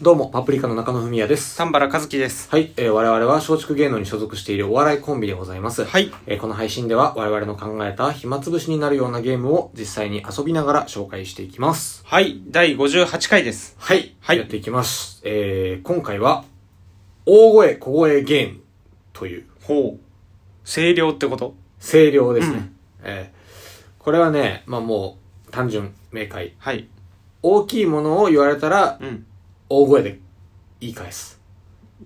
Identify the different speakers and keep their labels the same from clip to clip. Speaker 1: どうも、パプリカの中野文也です。
Speaker 2: 丹原和樹です。
Speaker 1: はい、えー我々は松竹芸能に所属しているお笑いコンビでございます。
Speaker 2: はい。
Speaker 1: えーこの配信では我々の考えた暇つぶしになるようなゲームを実際に遊びながら紹介していきます。
Speaker 2: はい。第58回です。
Speaker 1: はい、
Speaker 2: はい
Speaker 1: やっていきます。えー、今回は、大声小声ゲームという
Speaker 2: ほう。声量ってこと
Speaker 1: 声量ですね。
Speaker 2: うん
Speaker 1: えーこれはね、まあもう単純、明快。
Speaker 2: はい。
Speaker 1: 大きいものを言われたら
Speaker 2: うん。
Speaker 1: 大声で言い返す。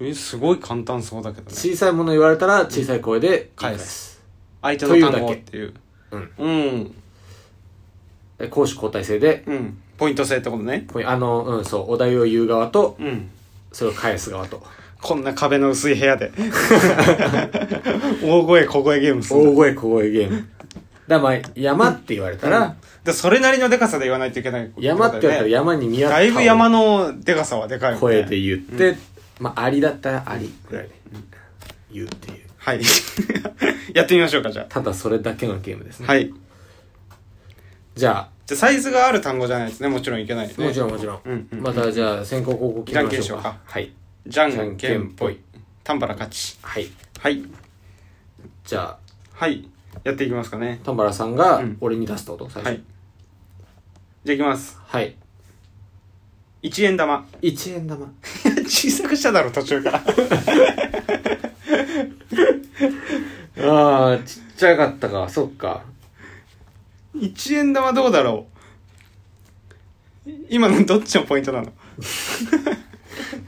Speaker 2: え、すごい簡単そうだけどね。
Speaker 1: 小さいもの言われたら小さい声で言い返
Speaker 2: 返
Speaker 1: す。
Speaker 2: 相手の単語っていう。
Speaker 1: というだ
Speaker 2: うん。
Speaker 1: え攻守交代制で、
Speaker 2: うん。ポイント制ってことね。
Speaker 1: こういうあの、うん、そう、お題を言う側と、
Speaker 2: うん。
Speaker 1: それを返す側と。
Speaker 2: こんな壁の薄い部 屋で。大声、小声ゲームする
Speaker 1: 大
Speaker 2: んだ。
Speaker 1: 声、小声ゲーム。だからまあ、山って言われたら、
Speaker 2: で、それなりのデカさで言わないといけない、
Speaker 1: 山って言われたら
Speaker 2: ね。
Speaker 1: 山に見合った
Speaker 2: だいぶ山のデカさはでかいもんね。
Speaker 1: 声で言って、まあ、ありだったらありぐらいで言うっていう。
Speaker 2: はい。 やってみましょうか、じゃ
Speaker 1: ただそれだけのゲームです
Speaker 2: あ。
Speaker 1: ね。
Speaker 2: はい。じ
Speaker 1: じゃ
Speaker 2: ゃあ、サイズがある単語じゃないですね。もちろんいけないね。
Speaker 1: あ、もちろんもちろん。
Speaker 2: うんうん
Speaker 1: またじゃあ、先行後攻決めましょう
Speaker 2: じゃん
Speaker 1: か。はい。
Speaker 2: じゃんけんぽい。丹原勝ち。
Speaker 1: はい。
Speaker 2: はい。
Speaker 1: じゃあ、
Speaker 2: はい。やっていきますかね。
Speaker 1: 田原さんが
Speaker 2: うん
Speaker 1: 俺に出すってこと、最
Speaker 2: は
Speaker 1: 初
Speaker 2: い。。じゃあいきます。
Speaker 1: はい。
Speaker 2: 1円玉。
Speaker 1: 1円玉。
Speaker 2: 小さくしただろ、途中 から。
Speaker 1: ああ、ちっちゃかったか、そっか。
Speaker 2: 1円玉どうだろう今のどっちのポイントなの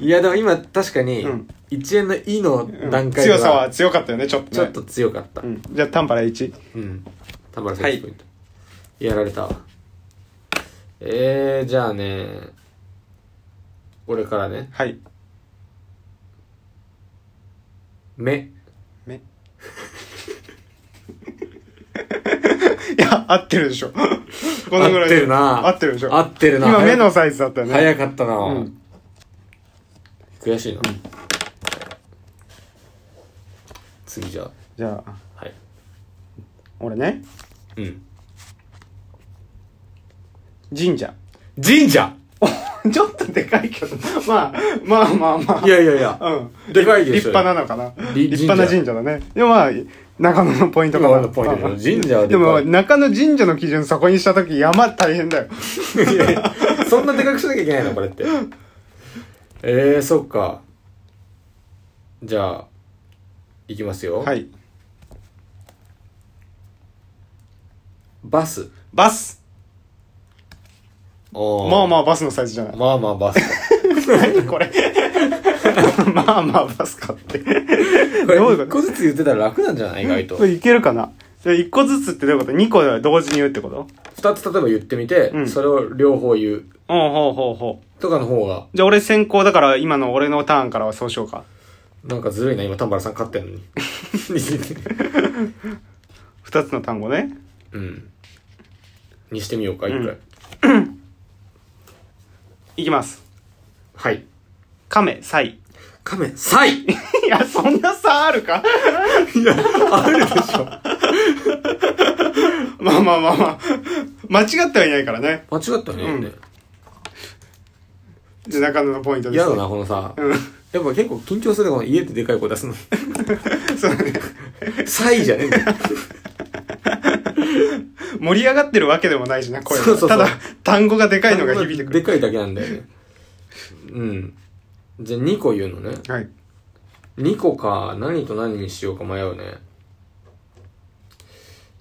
Speaker 1: いや、でも今確かに
Speaker 2: うん、
Speaker 1: 1円の「い」の
Speaker 2: うん
Speaker 1: 段階
Speaker 2: 強さは
Speaker 1: は、
Speaker 2: 強かったよね、ちょっとね。
Speaker 1: ちょっと強かった
Speaker 2: う。ん。じゃあ、タンパラ1。
Speaker 1: うん。田原
Speaker 2: は
Speaker 1: 選
Speaker 2: い
Speaker 1: 手ポイント。やられたわ。えー、じゃあね、俺からね、
Speaker 2: はい。
Speaker 1: 目。
Speaker 2: 目。いや、合ってるでしょ。このぐらいで
Speaker 1: 合ってるな
Speaker 2: 合ってるでしょ。
Speaker 1: 合ってるな
Speaker 2: 今、目のサイズだったよね。
Speaker 1: 早かったな、
Speaker 2: うん
Speaker 1: 悔しいな。次じゃあ、
Speaker 2: じゃあ、
Speaker 1: はい。
Speaker 2: 俺ね。
Speaker 1: うん。
Speaker 2: 神社。
Speaker 1: 神社
Speaker 2: ちょっとでかいけど、まあ、まあまあまあ。
Speaker 1: いやいやいや。
Speaker 2: うん。
Speaker 1: でかいでし
Speaker 2: 立
Speaker 1: ょ
Speaker 2: 派なのかな。
Speaker 1: り
Speaker 2: 立派な神社だね。でもまあ、中野のポイントか
Speaker 1: 中
Speaker 2: な。
Speaker 1: 野のポイントだ
Speaker 2: うん
Speaker 1: 神社はでかい
Speaker 2: でも、中野神社の基準そこにしたとき、山大変だよ。
Speaker 1: いやいや そんなでかくしなきゃいけないのこれって。えー、そっか。じゃあ、いきますよ。
Speaker 2: は。い。
Speaker 1: バス。
Speaker 2: バス。まあ
Speaker 1: あ
Speaker 2: まあバスのサイズ じゃない。
Speaker 1: まあまあ バス。
Speaker 2: 何これ。 まあまあバスかって。
Speaker 1: これ
Speaker 2: どういうこと
Speaker 1: 1個ずつ言ってたら楽なんじゃない意外と
Speaker 2: こ。れいけるかな。じゃあ一個ずつってどういうこと二個は同時に言うってこと
Speaker 1: 2つ例えば言ってみて、
Speaker 2: うん
Speaker 1: それを両方言う
Speaker 2: うん、ほうほうほ
Speaker 1: とかの方が、
Speaker 2: う。じゃあ俺先行だから今の俺のターンからはそうしようか。
Speaker 1: なんかずるいな、今、丹原さん勝ってんのに。
Speaker 2: 二つの単語ね。
Speaker 1: うん。にしてみようか、一回。
Speaker 2: うんいきます。
Speaker 1: はい。
Speaker 2: 亀、サイ。
Speaker 1: カメ、サイい
Speaker 2: いや、そんな差あるか
Speaker 1: や、あるでしょ。
Speaker 2: まあまあまあまあ。間違ってはいないからね。
Speaker 1: 間違ったね。
Speaker 2: うんじゃあ中野のポイントです、
Speaker 1: 嫌
Speaker 2: ね。
Speaker 1: だな、このさ。
Speaker 2: うん。
Speaker 1: やっぱ結構緊張するねこの家ででかい声出すの。
Speaker 2: そうね。
Speaker 1: サイじゃねえんだよ。
Speaker 2: 盛り上がってるわけでもないしな、声が
Speaker 1: そうそうそう
Speaker 2: ただ、単語がでかいのが響いてく
Speaker 1: で
Speaker 2: る。
Speaker 1: かいだけなんだよね。うん。じゃあ2個言うのね。
Speaker 2: はい。
Speaker 1: 2個か、何と何にしようか迷うね。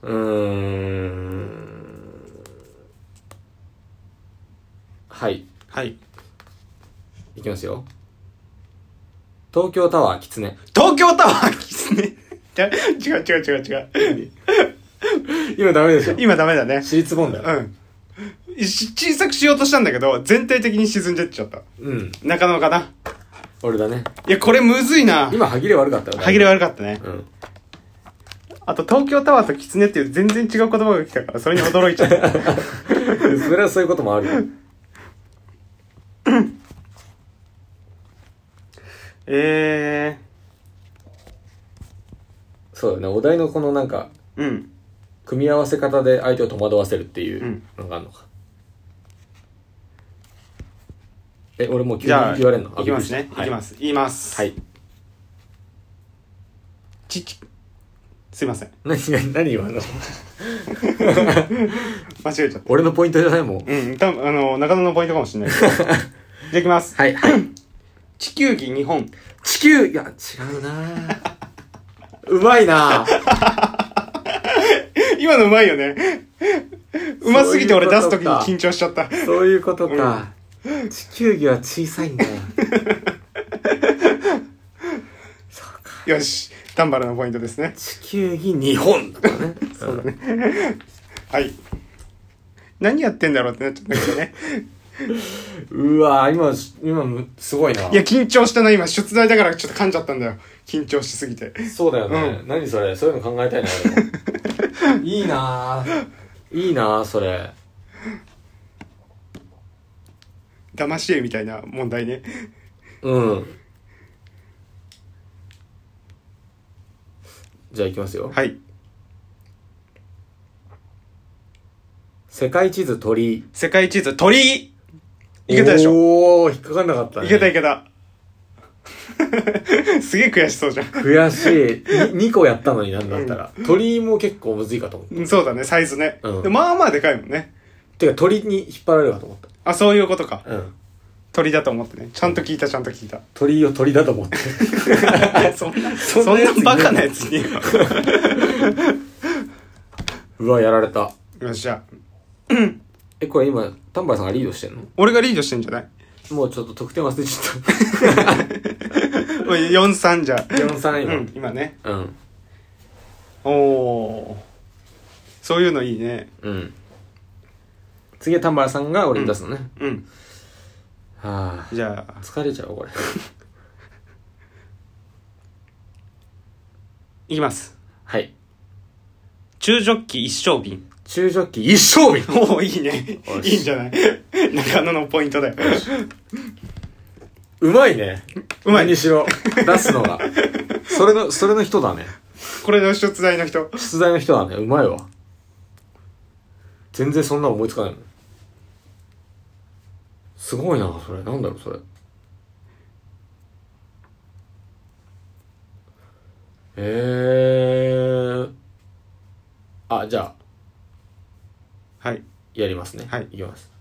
Speaker 1: うーん。はい。
Speaker 2: はい。
Speaker 1: いきますよ。東京タワー、キツネ。
Speaker 2: 東京タワーですね。 違う違う違う違う。
Speaker 1: 今ダメでしょ。
Speaker 2: 今ダメだね。
Speaker 1: 私立ボンだ
Speaker 2: う
Speaker 1: よ。
Speaker 2: ん。し小さくしようとしたんだけど、全体的に沈んじゃっちゃった。
Speaker 1: うん。
Speaker 2: 中野かな。
Speaker 1: 俺だね。
Speaker 2: いや、これむずいな。
Speaker 1: 今、歯切れ悪かったよ。
Speaker 2: 歯切れ悪かったね。
Speaker 1: うん。
Speaker 2: あと、東京タワーとキツネっていう全然違う言葉が来たから、それに驚いちゃった。
Speaker 1: それはそういうこともあるよ。
Speaker 2: え
Speaker 1: そうだね。お題のこのなんか、
Speaker 2: ー、うん。
Speaker 1: 組み合わせ方で相手を戸惑わせるっていううんのがあるのか。え俺もう急に
Speaker 2: じゃあ
Speaker 1: 言われるの
Speaker 2: いきますねいきますす言います
Speaker 1: はい
Speaker 2: ちちすいません
Speaker 1: 何何何今の
Speaker 2: 間違えちゃった
Speaker 1: 俺のポイントじゃないもん
Speaker 2: うん多分あの中野のポイントかもしれない けどじゃあいきます
Speaker 1: はいはい
Speaker 2: 地球儀 日本
Speaker 1: 地球いや違うなぁうまいなぁ
Speaker 2: 今のうまいよねうますぎて俺出す時に緊張しちゃった
Speaker 1: そういうことか、地球儀は小さい んだよ
Speaker 2: よし丹原のポイントですね
Speaker 1: 地球儀日本だからねそうだね
Speaker 2: はい何やってんだろうってなっちゃったけ どね
Speaker 1: うわぁ今し今むすごいない
Speaker 2: や緊張したな今出題だからちょっと噛んじゃったんだよ緊張しすぎて
Speaker 1: そうだよね、何それそういうの考えたいな俺 もいいなぁいいなぁそれ
Speaker 2: 騙し絵みたいな問題ね
Speaker 1: うんじゃあいきますよ、
Speaker 2: はい
Speaker 1: 世界地図鳥居
Speaker 2: 世界地図鳥居いけたでしょ
Speaker 1: おお引っかかんなかった、ね、
Speaker 2: いけたいけた すげえ悔しそうじゃん
Speaker 1: 悔しい。に2個やったのになんだったら。鳥居も結構むずいかと思っ
Speaker 2: うんそうだねサイズね、
Speaker 1: うん
Speaker 2: でまあまあでかいもんね
Speaker 1: た。てか鳥に引っ張られるかと思っ
Speaker 2: あそういうことか
Speaker 1: た。うん。
Speaker 2: 鳥だと思ってねちゃんと聞いたちゃんと聞いた
Speaker 1: 鳥居を鳥だと思って。
Speaker 2: そんな
Speaker 1: そん
Speaker 2: そ
Speaker 1: なんやついね
Speaker 2: な
Speaker 1: え
Speaker 2: バカなやつに
Speaker 1: うわ、やられた。
Speaker 2: よっしゃ
Speaker 1: え、これ今、丹原さんがリードしてんの
Speaker 2: 俺がリードしてんじゃない
Speaker 1: もうちょっと得点忘れち
Speaker 2: おい43じゃ
Speaker 1: ゃった。4-3
Speaker 2: うん
Speaker 1: 今。
Speaker 2: 今ね
Speaker 1: うん。
Speaker 2: おおそういうのいいね
Speaker 1: うん。次は丹原さんが俺に出すのね。
Speaker 2: うん
Speaker 1: はぁ、
Speaker 2: じゃあ
Speaker 1: 疲れちゃう、これ。
Speaker 2: いきます
Speaker 1: はい。
Speaker 2: 中ジョッキ一升瓶
Speaker 1: 中ジョッキ一生日
Speaker 2: おおいいね
Speaker 1: よし
Speaker 2: いいんじゃない中野のポイントだよ
Speaker 1: うまいね。
Speaker 2: うまい
Speaker 1: 何し ろ。出すのが。それの、それの人だね。
Speaker 2: これの出題の人
Speaker 1: 出題の人はねうまいわ全然そんなの思いつかないもんすごいなそれなんだろうそれえー、あじゃあ
Speaker 2: はい
Speaker 1: やりますね
Speaker 2: はい
Speaker 1: いきます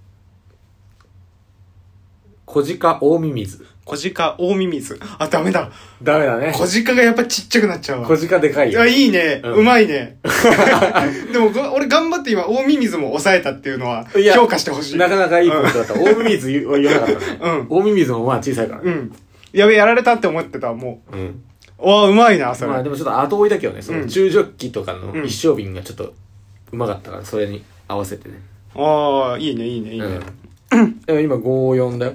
Speaker 1: 小鹿大ミミズ
Speaker 2: 小鹿大ミミズあダメだ
Speaker 1: ダメだね
Speaker 2: 小鹿がやっぱちっちゃくなっちゃうわ
Speaker 1: 小鹿でかい
Speaker 2: い
Speaker 1: よ
Speaker 2: や、いいね。
Speaker 1: うん
Speaker 2: うまいね。 でも、が俺頑張って今、大ミミズも抑えたっていうのは、
Speaker 1: いや
Speaker 2: 評価してほしい。
Speaker 1: なかなかいいポイントだった大ミミズ言わ言わなかったね
Speaker 2: うん。
Speaker 1: 大ミミズもまあ小さいから
Speaker 2: う
Speaker 1: ね
Speaker 2: ん。やべ、やられたって思ってた、も
Speaker 1: うん
Speaker 2: う。おーうまいな、そ
Speaker 1: まあ
Speaker 2: れ。
Speaker 1: でもちょっと後追いだけどね、その
Speaker 2: うん
Speaker 1: 中ジョッキとかの
Speaker 2: うん
Speaker 1: 一升瓶がちょっとうまかったから、それに合わせてね。
Speaker 2: ああ、いいね、いいね、いいね。
Speaker 1: うん。でも今5、4だよ。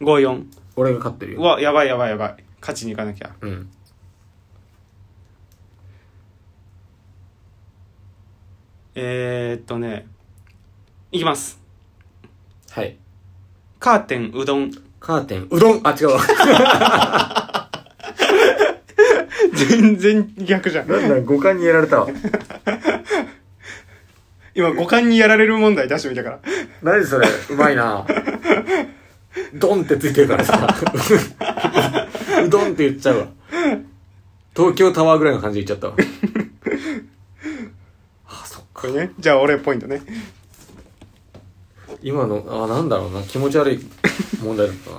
Speaker 2: 5、
Speaker 1: 俺が勝ってる
Speaker 2: 4。う
Speaker 1: よ。
Speaker 2: わ、やばいやばいやばい。勝ちに行かなきゃ。
Speaker 1: うん。
Speaker 2: えーっとね。いきます。
Speaker 1: はい。
Speaker 2: カーテン、うどん。
Speaker 1: カーテン、うどんあ、違うわ。
Speaker 2: 全然逆じゃん。
Speaker 1: なんだ、五冠にやられたわ。
Speaker 2: 今、五感にやられる問題出してみたから。
Speaker 1: 何それ、うまいなドンってついてるからさ。うどんって言っちゃうわ。東京タワーぐらいの感じで言っちゃったわ。あ、そっか。
Speaker 2: これね。じゃあ、俺ポイントね。
Speaker 1: 今のあなんだろうな気持ち悪い問題だったな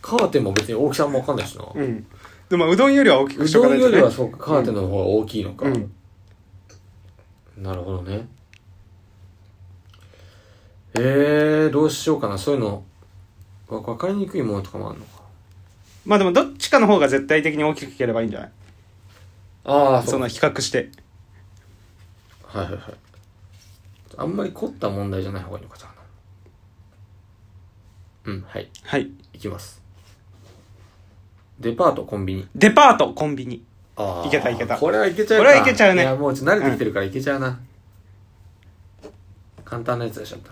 Speaker 1: カーテンも別に大きさも分かんないしなう
Speaker 2: うん。でも、うどんよりは大きくしと
Speaker 1: ど
Speaker 2: かなんいと
Speaker 1: よ
Speaker 2: ね。
Speaker 1: りはそうかカーテンの方が大きいのか、
Speaker 2: うん
Speaker 1: なるほどねえー、どうしようかなそういうのわ分かりにくいものとかもあるのか
Speaker 2: まあでも、どっちかの方が絶対的に大きく聞ければいいんじゃない
Speaker 1: ああ
Speaker 2: その比較して。
Speaker 1: はいはいはいあんまり凝った問題じゃない方がいいのかなうんはい
Speaker 2: はい。
Speaker 1: いきますデパートコンビニ
Speaker 2: デパート、コンビニ。
Speaker 1: あー
Speaker 2: いけたいけた
Speaker 1: これはいけちゃうか
Speaker 2: これはいけちゃうね
Speaker 1: いや、もうちょっと慣れてきてるからいけちゃうな。簡単なやつ出しちゃった。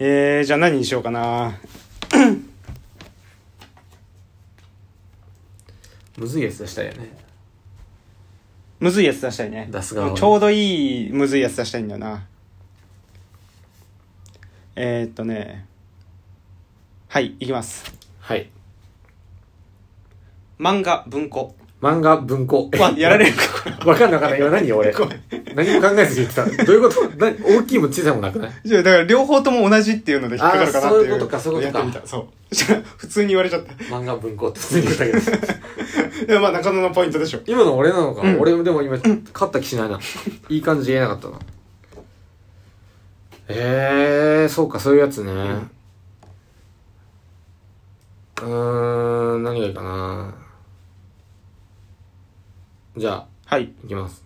Speaker 2: えー、じゃあ何にしようかな。
Speaker 1: むずいやつ出したいよね。
Speaker 2: むずいやつ出したいね。
Speaker 1: 出す側
Speaker 2: もうちょうどいいむずいやつ出したいんだよな。えー、っとね。はい、いきます。
Speaker 1: はい。
Speaker 2: 漫画、文庫。
Speaker 1: 漫画、文 庫。え
Speaker 2: わ、やられるか、これ。
Speaker 1: わかんなかった。今何よ、俺。
Speaker 2: ごめん
Speaker 1: 何も考えずに言ってた。どういうことな大きいも小さいもなくない
Speaker 2: じゃあだから両方とも同じっていうので引っかかるかなっていう。
Speaker 1: あーそういうことかそういうことか
Speaker 2: やってみた。そう。 じゃあ普通に言われちゃった。
Speaker 1: 漫画、文庫って普通に言ったけど。
Speaker 2: いや、まあ中野のポイントでしょ。
Speaker 1: 今の俺なのか、
Speaker 2: うん
Speaker 1: 俺もでも今勝った気しないないい感じで言えなかったなえー、そうかそういうやつねうん
Speaker 2: ん
Speaker 1: ーん何がいいかなじゃあ
Speaker 2: はい。
Speaker 1: いきます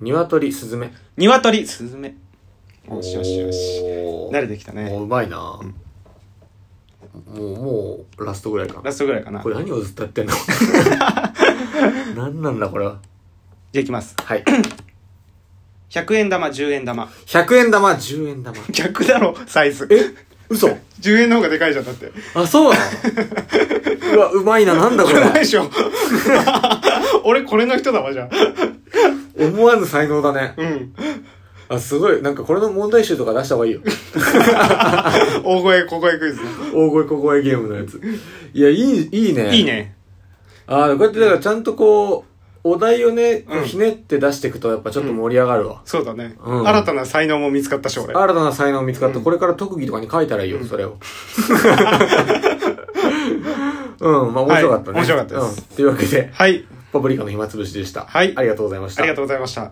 Speaker 1: 鶏スズメ
Speaker 2: 鶏、スズメ。よしよしよし。
Speaker 1: おー
Speaker 2: 慣れてきたね。
Speaker 1: もううまいな、もうもうラストぐらいか
Speaker 2: ラストぐらいかな。
Speaker 1: これ何をずっとやって んの何なんだこれは
Speaker 2: じゃあいきます。
Speaker 1: はい。
Speaker 2: 100円玉、10円玉。
Speaker 1: 100円玉、10円玉。
Speaker 2: 逆だろ、サイズ。
Speaker 1: え嘘
Speaker 2: ?10 円の方がでかいじゃん、だって。
Speaker 1: あ、そうなのうわ、うまいな、なんだこ
Speaker 2: これないで
Speaker 1: れ。
Speaker 2: しょ。 俺これの人だわ、じゃあ。
Speaker 1: 思わぬ才能だね。
Speaker 2: うん。
Speaker 1: あ、すごい。なんかこれの問題集とか出した方がいいよ。
Speaker 2: 大声、小声クイズ。
Speaker 1: 大声小声ゲームのやつ。いや、いい、いいね。
Speaker 2: いい。ね。
Speaker 1: あこうやってだからちゃんとこう、お題をね、
Speaker 2: うん
Speaker 1: ひねって出していくとやっぱちょっと盛り上がるわ。
Speaker 2: そうだね。
Speaker 1: うん
Speaker 2: 新たな才能も見つかったし、俺。
Speaker 1: 新たな才能見つかった。これから特技とかに書いたらいいよ、それ を。うん、まあ面白かったね。
Speaker 2: はい面白かったです
Speaker 1: うん。というわけで、
Speaker 2: はい。
Speaker 1: パプリカの暇つぶしでした。
Speaker 2: はい
Speaker 1: ありがとうございました。
Speaker 2: ありがとうございました。